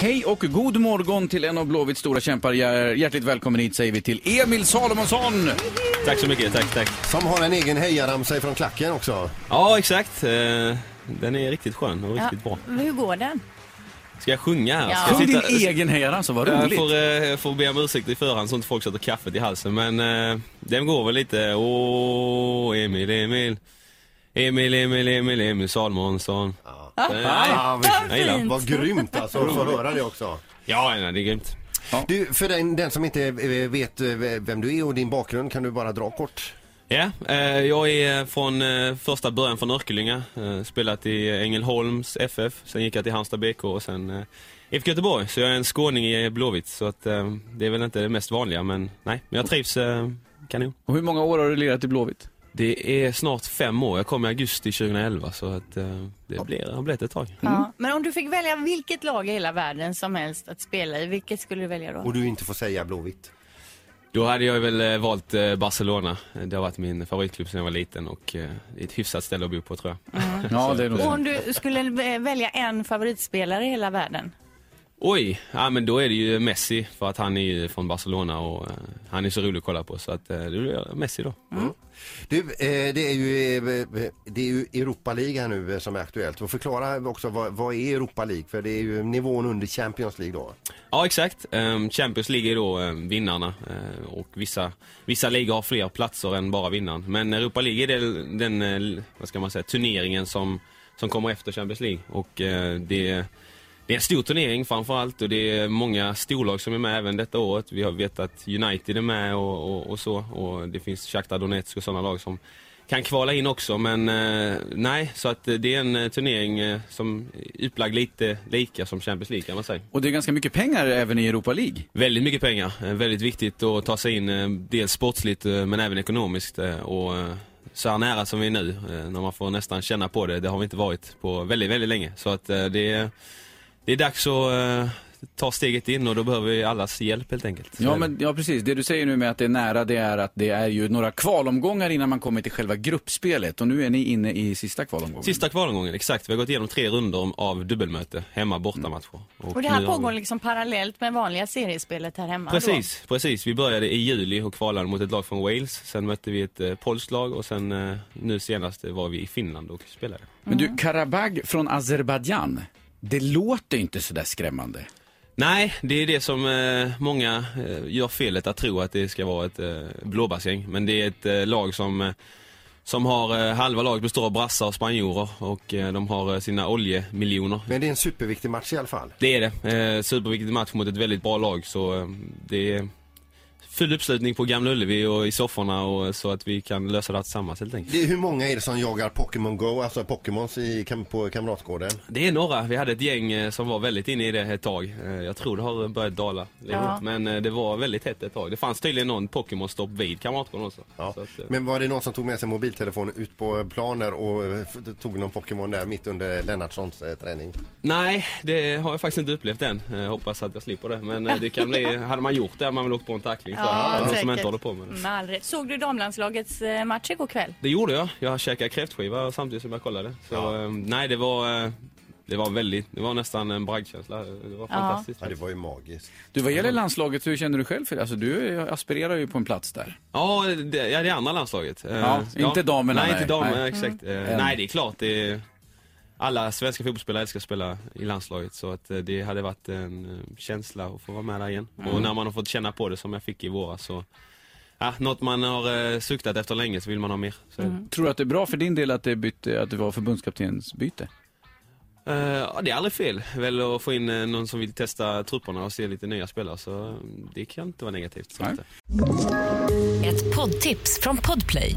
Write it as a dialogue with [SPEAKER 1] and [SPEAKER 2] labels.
[SPEAKER 1] Hej och god morgon till en av Blåvitts stora kämpar. Hjär- Hjärtligt välkommen hit säger vi till Emil Salomonsson.
[SPEAKER 2] Tack så mycket, tack, tack.
[SPEAKER 3] Som har en egen hejaramsa från klacken också.
[SPEAKER 2] Ja, exakt. Eh, Den är riktigt skön och riktigt bra.
[SPEAKER 4] men Hur går den?
[SPEAKER 2] Ska jag sjunga här?
[SPEAKER 4] Ja.
[SPEAKER 2] Ska
[SPEAKER 1] Sjung
[SPEAKER 2] jag
[SPEAKER 1] din
[SPEAKER 2] sitta-
[SPEAKER 1] egen hejaramsa, vad
[SPEAKER 2] Jag
[SPEAKER 1] roligt.
[SPEAKER 2] får, eh, jag får be om ursäkt i förhand så inte folk sätter kaffet i halsen men eh, den går väl lite Åh, Emil, Emil Emil, Emil, Emil, Emil Salomonsson
[SPEAKER 1] Ah.
[SPEAKER 2] Eh,
[SPEAKER 3] Ja, visst.
[SPEAKER 2] Jag gillar den.
[SPEAKER 3] Vad grymt alltså att få höra det också.
[SPEAKER 2] Ja, nej, det är grymt
[SPEAKER 3] Du, för den, den som inte eh, vet eh, vem du är och din bakgrund kan du bara dra kort.
[SPEAKER 2] Ja, eh, jag är från eh, första början från Örkelljunga eh, Spelat i Ängelholms FF, sen gick jag till Halmstad BK och sen eh, IFK Göteborg Så jag är en skåning i Blåvitt så att eh, det är väl inte det mest vanliga men nej, men jag trivs eh, kanon
[SPEAKER 1] Och hur många år har du lirat i Blåvitt?
[SPEAKER 2] Det är snart fem år. Jag kom i augusti 2011 så att eh, det blir, har blivit ett tag.
[SPEAKER 4] Ja. Men om du fick välja vilket lag i hela världen som helst att spela i, vilket skulle du välja då?
[SPEAKER 3] Och du inte får säga Blåvitt.
[SPEAKER 2] Då hade jag väl eh, valt eh, Barcelona. Det har varit min favoritklubb sedan jag var liten och eh, det är ett hyfsat ställe att bo på tror jag.
[SPEAKER 1] Ja, det är nog
[SPEAKER 4] Och
[SPEAKER 1] det.
[SPEAKER 4] om du skulle vä- välja en favoritspelare i hela världen?
[SPEAKER 2] Oj, ja men då är det ju Messi för att han är ju från Barcelona och eh, han är så rolig att kolla på så att eh, det blir Messi då.
[SPEAKER 3] Mm. Du, eh, det är ju, eh, det är ju Europa League här nu eh, som är aktuellt. Och förklara också vad, vad är Europa League? För det är ju nivån under Champions League då.
[SPEAKER 2] Ja exakt, Ehm, Champions League är då ehm, vinnarna eh, och vissa, vissa ligor har fler platser än bara vinnaren. Men Europa League är den, den eh, vad ska man säga, turneringen som, som kommer efter Champions League. Och eh, det, det är en stor turnering framförallt och det är många storlag som är med även detta året. Vi har vet att United är med och, och, och så och det finns Shakhtar Donetsk och sådana lag som kan kvala in också men eh, nej, så att eh, det är en eh, turnering eh, som är upplagd lite lika som Champions League kan man säga.
[SPEAKER 1] Och det är ganska mycket pengar även i Europa League.
[SPEAKER 2] Väldigt mycket pengar. Eh, Väldigt viktigt att ta sig in, eh, dels sportsligt eh, men även ekonomiskt. eh, Och eh, så här nära som vi är nu, eh, när man får nästan känna på det, det har vi inte varit på väldigt, väldigt länge. Så att eh, det är, det är dags att eh, ta steget in och då behöver vi allas hjälp helt enkelt. Så är
[SPEAKER 1] Ja,
[SPEAKER 2] det.
[SPEAKER 1] men, ja, precis. Det du säger nu med att det är nära, det är att det är ju några kvalomgångar innan man kommer till själva gruppspelet. Och nu är ni inne i sista kvalomgången.
[SPEAKER 2] Sista kvalomgången, exakt. Vi har gått igenom tre runder om- av dubbelmöte, hemma bortamatcher.
[SPEAKER 1] Mm.
[SPEAKER 4] Och det här
[SPEAKER 2] nu har vi-
[SPEAKER 4] pågår liksom parallellt med vanliga seriespelet här hemma
[SPEAKER 2] Precis, precis. Vi började i juli och kvalade mot ett lag från Wales. Sen mötte vi ett eh, polskt lag och sen eh, nu senast var vi i Finland och spelade.
[SPEAKER 1] Men du, Karabag från Azerbajdzjan, det låter inte så där skrämmande.
[SPEAKER 2] Nej, det är det som eh, många eh, gör felet att tro att det ska vara ett eh, blåbärsgäng. Men det är ett eh, lag som, eh, som har eh, halva laget består av brassar och spanjorer och eh, de har eh, sina oljemiljoner.
[SPEAKER 3] Men det är en superviktig match i alla fall.
[SPEAKER 2] Det är det. Eh, superviktig match mot ett väldigt bra lag så eh, det är full uppslutning på Gamla Ullevi och i sofforna och eh, så att vi kan lösa det här tillsammans helt enkelt.
[SPEAKER 3] Det, hur många är det som jagar Pokémon Go, alltså Pokémons i, kam- på Kamratgården?
[SPEAKER 2] Det är några. Vi hade ett gäng eh, som var väldigt inne i det ett tag. Eh, Jag tror det har börjat dala lite.
[SPEAKER 4] Ja.
[SPEAKER 2] Men eh, det var väldigt hett ett tag. Det fanns tydligen någon Pokémon-stopp vid Kamratgården också.
[SPEAKER 3] Ja.
[SPEAKER 2] Så att, eh,
[SPEAKER 3] Men var det någon som tog med sig mobiltelefon ut på planer och eh, f- tog någon Pokémon där mitt under Lennartssons eh, träning?
[SPEAKER 2] Nej, det har jag faktiskt inte upplevt än. Jag hoppas att jag slipper det. Men eh, det kan bli, hade man gjort det hade man väl åkt på en tackling. tror jag.
[SPEAKER 4] Ja,
[SPEAKER 2] Det är någon som
[SPEAKER 4] säkert. Mm.
[SPEAKER 2] inte håller på med
[SPEAKER 4] då.
[SPEAKER 2] det.
[SPEAKER 4] Med all rätt. Såg du damlandslagets eh, match igår kväll?
[SPEAKER 2] Det gjorde jag. Jag käkade kräftskiva samtidigt som jag kollade. Så
[SPEAKER 3] Ja.
[SPEAKER 2] eh, nej, det var, eh, det var väldigt, det var nästan en bragdkänsla. Det var fantastiskt.
[SPEAKER 3] Ja, det var ju magiskt.
[SPEAKER 1] Du, vad gäller landslaget, hur känner du själv för det? Alltså, du aspirerar ju på en plats där.
[SPEAKER 2] Ja, det, ja, det andra landslaget. Eh,
[SPEAKER 1] Ja, inte damerna,
[SPEAKER 2] Nej,
[SPEAKER 1] nej.
[SPEAKER 2] inte damerna,
[SPEAKER 1] Nej. Mm.
[SPEAKER 2] exakt. Eh, Nej, det är klart. Det är, alla svenska fotbollsspelare älskar att spela i landslaget så att eh, det hade varit en eh, känsla att få vara med där igen.
[SPEAKER 1] Mm.
[SPEAKER 2] Och när man har fått känna på det som jag fick i våras så, ja, något man har eh, suktat efter länge så vill man ha mer. Så,
[SPEAKER 1] Tror du att det är bra för din del att det, bytte, att det var förbundskaptensbyte?
[SPEAKER 2] eh, ja, det är aldrig fel väl att få in eh, någon som vill testa trupperna och se lite nya spelare så eh, det kan inte vara negativt. Så
[SPEAKER 1] Nej.
[SPEAKER 2] inte.
[SPEAKER 5] Ett poddtips från Podplay.